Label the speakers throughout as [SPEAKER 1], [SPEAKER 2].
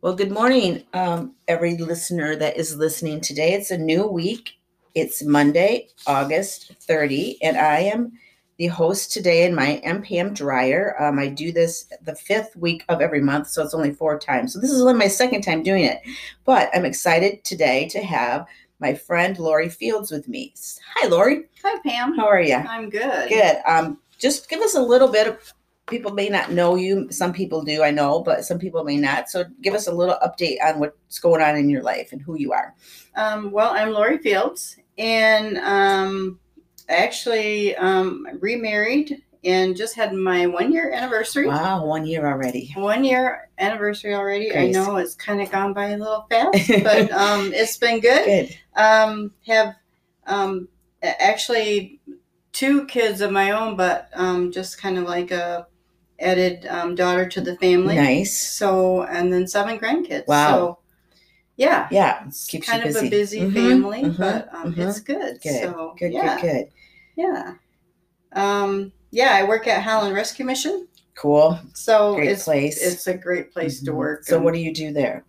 [SPEAKER 1] Well, good morning, um, every listener that is listening today. It's a new week. It's Monday, August 30, and I am the host today and my MPM Dryer. Um, I do this the fifth week of every month, so it's only four times. So this is only my second time doing it, but I'm excited today to have my friend Lori Fields with me. Hi, Lori.
[SPEAKER 2] Hi, Pam.
[SPEAKER 1] How are you?
[SPEAKER 2] I'm good.
[SPEAKER 1] Good. Um, just give us a little bit of people may not know you. Some people do, I know, but some people may not. So give us a little update on what's going on in your life and who you are.
[SPEAKER 2] Um, well, I'm Lori Fields, and um, actually um, remarried and just had my one year anniversary.
[SPEAKER 1] Wow, one year already.
[SPEAKER 2] One year anniversary already.
[SPEAKER 1] Grace.
[SPEAKER 2] I know it's kind of gone by a little fast, but um, it's been good.
[SPEAKER 1] Good.
[SPEAKER 2] Um, have um, a- actually two kids of my own, but um, just kind of like a added um, daughter to the family.
[SPEAKER 1] Nice.
[SPEAKER 2] So, and then seven grandkids.
[SPEAKER 1] Wow.
[SPEAKER 2] So, yeah.
[SPEAKER 1] Yeah.
[SPEAKER 2] It's
[SPEAKER 1] Keeps you
[SPEAKER 2] kind of
[SPEAKER 1] busy.
[SPEAKER 2] a busy
[SPEAKER 1] Mhm,
[SPEAKER 2] family,
[SPEAKER 1] mhm,
[SPEAKER 2] but um,
[SPEAKER 1] mhm.
[SPEAKER 2] it's good.
[SPEAKER 1] Good.
[SPEAKER 2] So,
[SPEAKER 1] Good.
[SPEAKER 2] yeah.
[SPEAKER 1] Good. Good.
[SPEAKER 2] Yeah. Um, yeah, I work at Howland Rescue Mission.
[SPEAKER 1] Cool.
[SPEAKER 2] So,
[SPEAKER 1] Great
[SPEAKER 2] Oh, it's,
[SPEAKER 1] place.
[SPEAKER 2] it's a great place to
[SPEAKER 1] Mhm.
[SPEAKER 2] work.
[SPEAKER 1] So
[SPEAKER 2] And
[SPEAKER 1] what do you do there?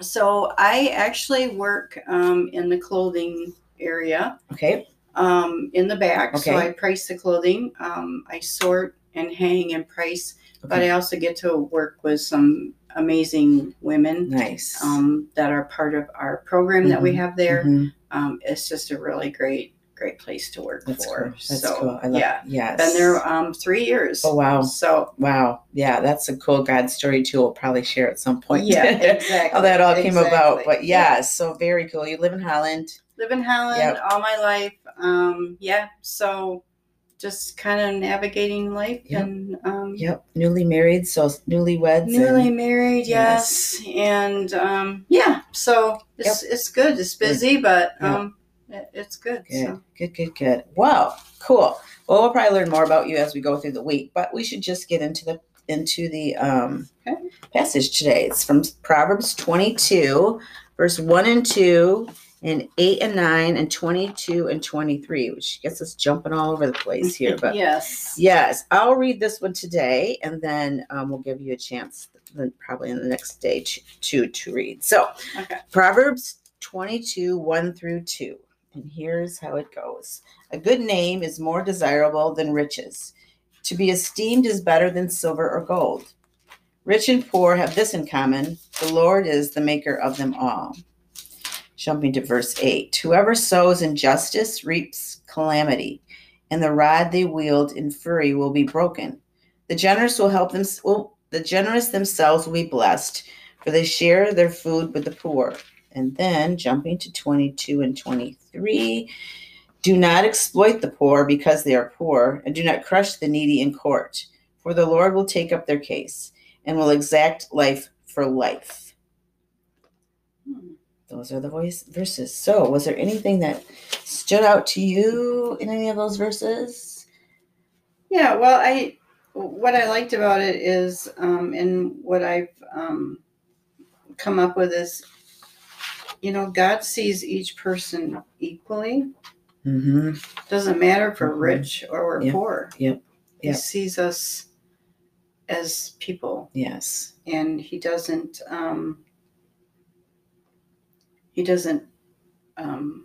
[SPEAKER 2] so, I actually work um, in the clothing area
[SPEAKER 1] Okay.
[SPEAKER 2] um, in the back. So,
[SPEAKER 1] Okay.
[SPEAKER 2] I price the clothing, um, I sort and hang and price, but
[SPEAKER 1] Okay.
[SPEAKER 2] I also get to work with some amazing women.
[SPEAKER 1] Nice.
[SPEAKER 2] um, that are part of our program that we
[SPEAKER 1] Mhm,
[SPEAKER 2] have there.
[SPEAKER 1] Mhm.
[SPEAKER 2] Um, it's just a really great, great place to work
[SPEAKER 1] That's
[SPEAKER 2] for.
[SPEAKER 1] cool. That's
[SPEAKER 2] so,
[SPEAKER 1] cool. I love.
[SPEAKER 2] yeah,
[SPEAKER 1] Yes.
[SPEAKER 2] been there um, three years.
[SPEAKER 1] Oh wow.
[SPEAKER 2] So,
[SPEAKER 1] Wow. Yeah, that's a cool God story too. We'll probably share at some point.
[SPEAKER 2] yeah, exactly.
[SPEAKER 1] How that all came about.
[SPEAKER 2] exactly.
[SPEAKER 1] But yeah, so very cool. You live in Holland.
[SPEAKER 2] live in Holland
[SPEAKER 1] Yep.
[SPEAKER 2] all my life. Um, yeah, so just kind of navigating life
[SPEAKER 1] Yep.
[SPEAKER 2] and um,
[SPEAKER 1] Yep. Newly married, so newlyweds. and-
[SPEAKER 2] newly married.
[SPEAKER 1] Yes.
[SPEAKER 2] Yes, and um, yeah, so it's it's good. It's busy, but
[SPEAKER 1] Yeah.
[SPEAKER 2] um, it, it's good.
[SPEAKER 1] Good,
[SPEAKER 2] So.
[SPEAKER 1] good, good, good. Wow, cool. Well, we'll probably learn more about you as we go through the week, but we should just get into the into the um,
[SPEAKER 2] Okay.
[SPEAKER 1] passage today. It's from Proverbs 22, verse 1 and 2, and 8 and 9, and 22 and 23, which gets us jumping all over the place here. But
[SPEAKER 2] yes.
[SPEAKER 1] Yes, I'll read this one today, and then um, we'll give you a chance, then probably in the next day, to to, to read. So,
[SPEAKER 2] Okay.
[SPEAKER 1] Proverbs twenty-two one through two, and here's how it goes: A good name is more desirable than riches. To be esteemed is better than silver or gold. Rich and poor have this in common: the Lord is the maker of them all. Jumping to verse eight: Whoever sows injustice reaps calamity and the rod they wield in fury will be broken. The generous will help them. Will, the generous themselves will be blessed, for they share their food with the poor. And then jumping to 22 and 23, do not exploit the poor because they are poor, and do not crush the needy in court, for the Lord will take up their case and will exact life for life.
[SPEAKER 2] Hmm.
[SPEAKER 1] Those are the voice verses. So, was there anything that stood out to you in any of those verses?
[SPEAKER 2] Yeah, well, I what I liked about it is, um, and what I've um, come up with is, you know, God sees each person equally.
[SPEAKER 1] Mm-hmm.
[SPEAKER 2] Doesn't matter if we're
[SPEAKER 1] Mhm.
[SPEAKER 2] rich or we're
[SPEAKER 1] Yep,
[SPEAKER 2] poor.
[SPEAKER 1] yep,
[SPEAKER 2] He
[SPEAKER 1] yep.
[SPEAKER 2] sees us as people,
[SPEAKER 1] Yes.
[SPEAKER 2] and he doesn't. Um, he doesn't um,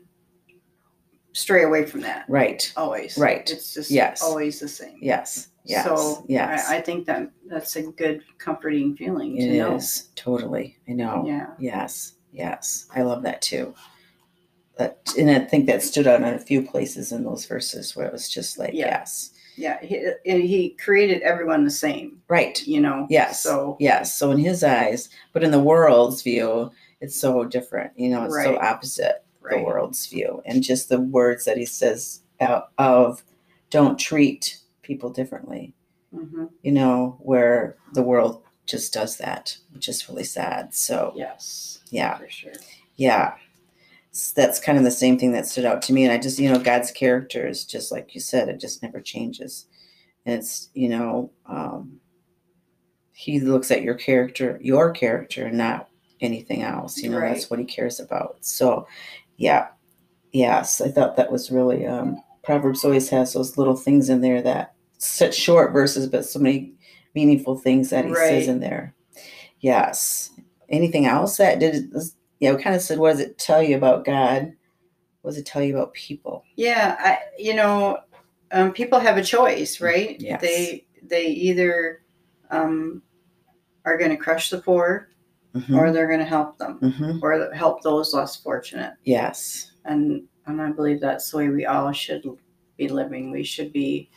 [SPEAKER 2] stray away from that.
[SPEAKER 1] Right.
[SPEAKER 2] Always,
[SPEAKER 1] Right.
[SPEAKER 2] It's just
[SPEAKER 1] Yes.
[SPEAKER 2] always the same.
[SPEAKER 1] Yes. Yes.
[SPEAKER 2] So
[SPEAKER 1] yes.
[SPEAKER 2] I, I think that that's a good comforting feeling
[SPEAKER 1] It
[SPEAKER 2] to know.
[SPEAKER 1] is. Totally. I know.
[SPEAKER 2] Yeah.
[SPEAKER 1] Yes. Yes. I love that too. That, and I think that stood out in a few places in those verses where it was just like,
[SPEAKER 2] Yeah.
[SPEAKER 1] yes.
[SPEAKER 2] Yeah. He, and he created everyone the same,
[SPEAKER 1] Right.
[SPEAKER 2] you know?
[SPEAKER 1] Yes.
[SPEAKER 2] So,
[SPEAKER 1] yes. So in his eyes, but in the world's view, it's so different. You know, it's so
[SPEAKER 2] Right.
[SPEAKER 1] opposite the
[SPEAKER 2] right.
[SPEAKER 1] world's view. And just the words that he says out of don't treat people differently.
[SPEAKER 2] hmm
[SPEAKER 1] you know, where the world just does that, which is really sad. So,
[SPEAKER 2] Yes.
[SPEAKER 1] yeah,
[SPEAKER 2] For sure.
[SPEAKER 1] yeah. S- that's kind of the same thing that stood out to me. And I just, you know, God's character is just like you said, it just never changes. And it's, you know, um, He looks at your character, your character, not anything else. You know, that's
[SPEAKER 2] Right.
[SPEAKER 1] what He cares about. So, yeah, yes, I thought that was really, um, Proverbs always has those little things in there that such short verses, but so many meaningful things that He says
[SPEAKER 2] Right.
[SPEAKER 1] in there. Yes. Anything else that did? Yeah, we kind of said, what does it tell you about God? What does it tell you about people?
[SPEAKER 2] Yeah, I, you know, um, people have a choice, right?
[SPEAKER 1] Mm, Yes.
[SPEAKER 2] They they either um, are going to crush the poor,
[SPEAKER 1] Mhm,
[SPEAKER 2] or they're going to help them,
[SPEAKER 1] mhm.
[SPEAKER 2] or help those less fortunate.
[SPEAKER 1] Yes.
[SPEAKER 2] And and I believe that's the way we all should be living. We should be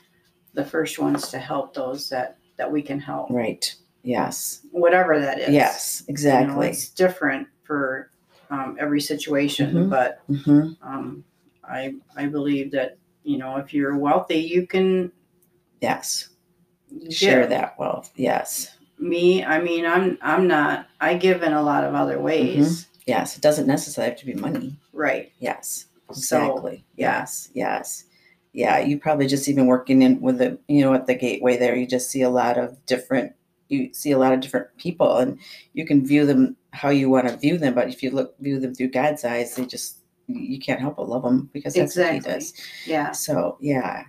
[SPEAKER 2] the first ones to help those that that we can help,
[SPEAKER 1] Right. Yes.
[SPEAKER 2] whatever that is.
[SPEAKER 1] Yes.
[SPEAKER 2] You know,
[SPEAKER 1] Exactly.
[SPEAKER 2] it's different for um, every situation,
[SPEAKER 1] Mhm.
[SPEAKER 2] but
[SPEAKER 1] hmm
[SPEAKER 2] um, I I believe that you know if you're wealthy, you can
[SPEAKER 1] Yes. Share
[SPEAKER 2] give.
[SPEAKER 1] that wealth. Yes.
[SPEAKER 2] Me, I mean, I'm I'm not. I give in a lot of other ways,
[SPEAKER 1] Mm-hmm. Yes. It doesn't necessarily have to be money.
[SPEAKER 2] right?
[SPEAKER 1] Yes.
[SPEAKER 2] So,
[SPEAKER 1] Exactly. yes. Yes. Yeah. You probably just even working in with the, you know, at the gateway there, you just see a lot of different, you see a lot of different people and you can view them how you want to view them. But if you look, view them through God's eyes, they just, you can't help but love them because that's
[SPEAKER 2] Exactly.
[SPEAKER 1] what he does.
[SPEAKER 2] Yeah,
[SPEAKER 1] So, yeah.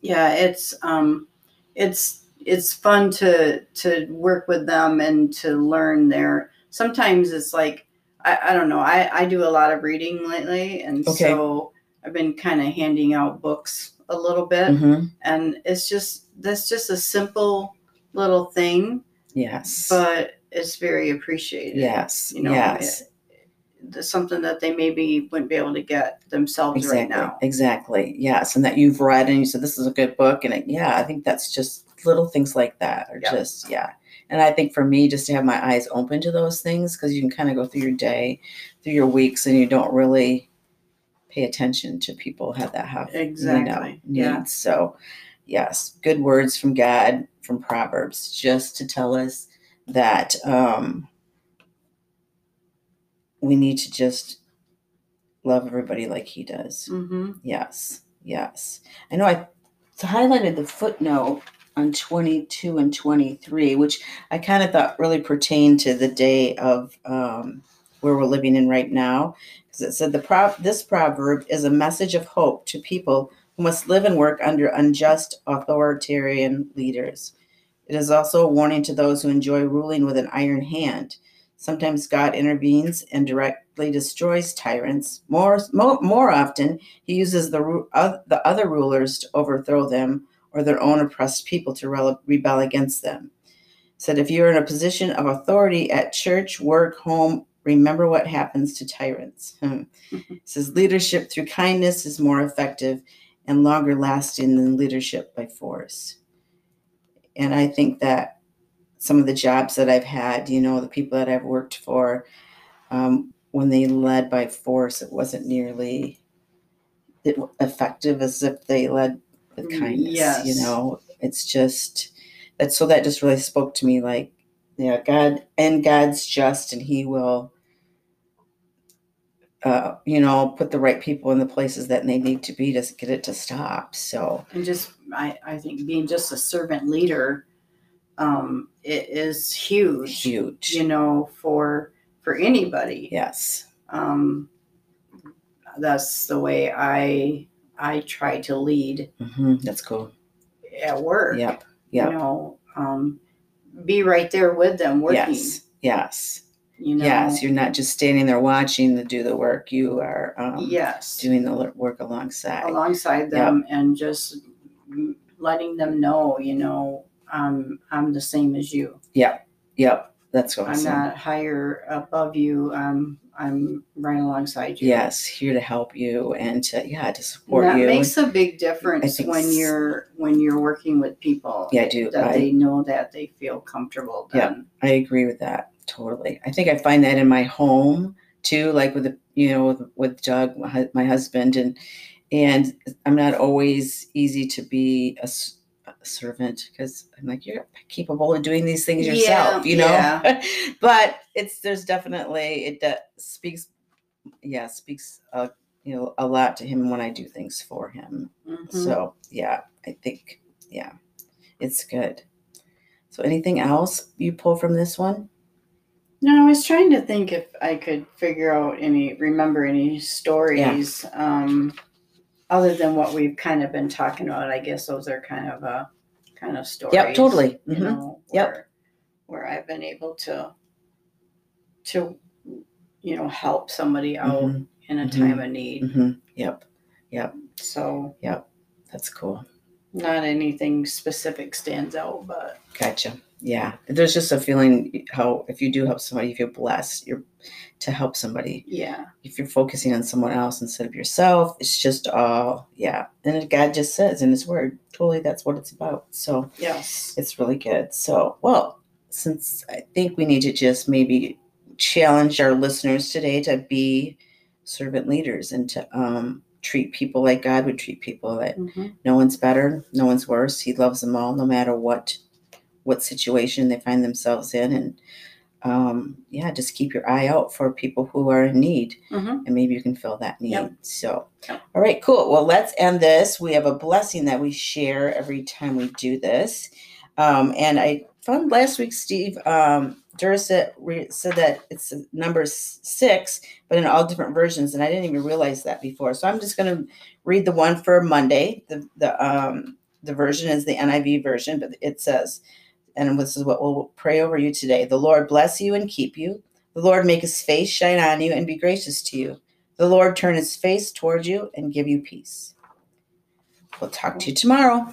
[SPEAKER 2] yeah. It's um, it's it's fun to to work with them and to learn their. Sometimes it's like I I don't know. I I do a lot of reading lately, and
[SPEAKER 1] Okay.
[SPEAKER 2] so I've been kind of handing out books a little bit.
[SPEAKER 1] hmm
[SPEAKER 2] and it's just that's just a simple little thing
[SPEAKER 1] Yes.
[SPEAKER 2] but it's very appreciated
[SPEAKER 1] yes.
[SPEAKER 2] you know,
[SPEAKER 1] yes.
[SPEAKER 2] It's something that they maybe wouldn't be able to get themselves
[SPEAKER 1] exactly,
[SPEAKER 2] right now
[SPEAKER 1] Exactly. Yes. And that you've read and you said, this is a good book. And it, yeah, I think that's just little things like that are
[SPEAKER 2] Yeah.
[SPEAKER 1] just, yeah. And I think for me, just to have my eyes open to those things, because you can kind of go through your day, through your weeks, and you don't really pay attention to people have that have you know,
[SPEAKER 2] Exactly. Yeah.
[SPEAKER 1] needs. So, yes, good words from God from Proverbs, just to tell us that um, we need to just love everybody like He does.
[SPEAKER 2] hmm
[SPEAKER 1] Yes, yes. I know I highlighted the footnote on 22 and 23, which I kind of thought really pertained to the day of um, where we're living in right now. Because it said the prov- this proverb is a message of hope to people who must live and work under unjust authoritarian leaders. It is also a warning to those who enjoy ruling with an iron hand. Sometimes God intervenes and directly destroys tyrants. More, more, more often, he uses the, ru- oth- the other rulers to overthrow them or their own oppressed people to rel- rebel against them. Said, if you're in a position of authority at church, work, home, remember what happens to tyrants. Hmm. Says, leadership through kindness is more effective and longer lasting than leadership by force. And I think that some of the jobs that I've had, you know, the people that I've worked for, um, when they led by force, it wasn't nearly it w- effective as if they led with
[SPEAKER 2] Mm,
[SPEAKER 1] kindness. You
[SPEAKER 2] yes.
[SPEAKER 1] know, it's just that. So that just really spoke to me. Like, yeah, God and God's just, and He will, uh, you know, put the right people in the places that they need to be to s- get it to stop. So
[SPEAKER 2] and just I, I think being just a servant leader um it is huge
[SPEAKER 1] huge.
[SPEAKER 2] you know for for anybody
[SPEAKER 1] Yes.
[SPEAKER 2] um that's the way i i try to lead
[SPEAKER 1] hmm That's cool.
[SPEAKER 2] at work
[SPEAKER 1] Yep.
[SPEAKER 2] you
[SPEAKER 1] Yep.
[SPEAKER 2] know, um, be right there with them working.
[SPEAKER 1] Yes. Yes.
[SPEAKER 2] You know,
[SPEAKER 1] Yes. You're not just standing there watching to do the work. You are um,
[SPEAKER 2] yes,
[SPEAKER 1] doing the l- work alongside.
[SPEAKER 2] alongside them and just letting them know, you know, um, I'm the same as you.
[SPEAKER 1] Yep. That's awesome.
[SPEAKER 2] I'm not higher above you. Um, I'm right alongside you.
[SPEAKER 1] yes here to help you and to yeah to
[SPEAKER 2] And
[SPEAKER 1] support
[SPEAKER 2] that
[SPEAKER 1] you
[SPEAKER 2] makes a big difference
[SPEAKER 1] think
[SPEAKER 2] when
[SPEAKER 1] s-
[SPEAKER 2] you're when you're working with people.
[SPEAKER 1] yeah i do
[SPEAKER 2] That
[SPEAKER 1] I,
[SPEAKER 2] they know that they feel comfortable.
[SPEAKER 1] Yeah.
[SPEAKER 2] Then.
[SPEAKER 1] I agree with that totally i think i find that in my home too like with the you know with, with doug my, hu- my husband and and i'm not always easy to be a, s- a servant because i'm like you're capable of doing these things
[SPEAKER 2] Yeah,
[SPEAKER 1] yourself you know
[SPEAKER 2] yeah.
[SPEAKER 1] but it's there's definitely it de- speaks yeah speaks uh, you know a lot to him when i do things for him
[SPEAKER 2] Mhm.
[SPEAKER 1] So yeah, I think yeah, it's good. So anything else you pull from this one?
[SPEAKER 2] No, I was trying to think if I could figure out any, remember any stories um, other than what we've kind of been talking about. I guess those are kind of a kind of stories.
[SPEAKER 1] totally.
[SPEAKER 2] You
[SPEAKER 1] Mhm.
[SPEAKER 2] know,
[SPEAKER 1] Yep.
[SPEAKER 2] where, where I've been able to to you know help somebody out
[SPEAKER 1] Mhm,
[SPEAKER 2] in a
[SPEAKER 1] Mhm.
[SPEAKER 2] time of need
[SPEAKER 1] mhm. Yep.
[SPEAKER 2] so
[SPEAKER 1] That's cool.
[SPEAKER 2] not anything specific stands out but
[SPEAKER 1] Gotcha. Yeah. There's just a feeling how if you do help somebody, you feel blessed. You're to help somebody.
[SPEAKER 2] yeah
[SPEAKER 1] If you're focusing on someone else instead of yourself, it's just all yeah. And God just says in His Word, totally that's what it's about. So
[SPEAKER 2] yes
[SPEAKER 1] It's really good. So, well, since I think we need to just maybe challenge our listeners today to be servant leaders and to um, treat people like God would treat people. That
[SPEAKER 2] Mhm.
[SPEAKER 1] no one's better, no one's worse. He loves them all, no matter what what situation they find themselves in. And um, yeah, just keep your eye out for people who are in need
[SPEAKER 2] Mhm.
[SPEAKER 1] and maybe you can fill that need.
[SPEAKER 2] Yep.
[SPEAKER 1] So,
[SPEAKER 2] Yep.
[SPEAKER 1] all right, cool. Well, let's end this. We have a blessing that we share every time we do this. Um, and I found last week, Steve um, Durset re- said that it's number s- six, but in all different versions. And I didn't even realize that before. So I'm just going to read the one for Monday. The, the, um, the version is the NIV version, but it says, and this is what we'll pray over you today. The Lord bless you and keep you. The Lord make his face shine on you and be gracious to you. The Lord turn his face toward you and give you peace. We'll talk to you tomorrow.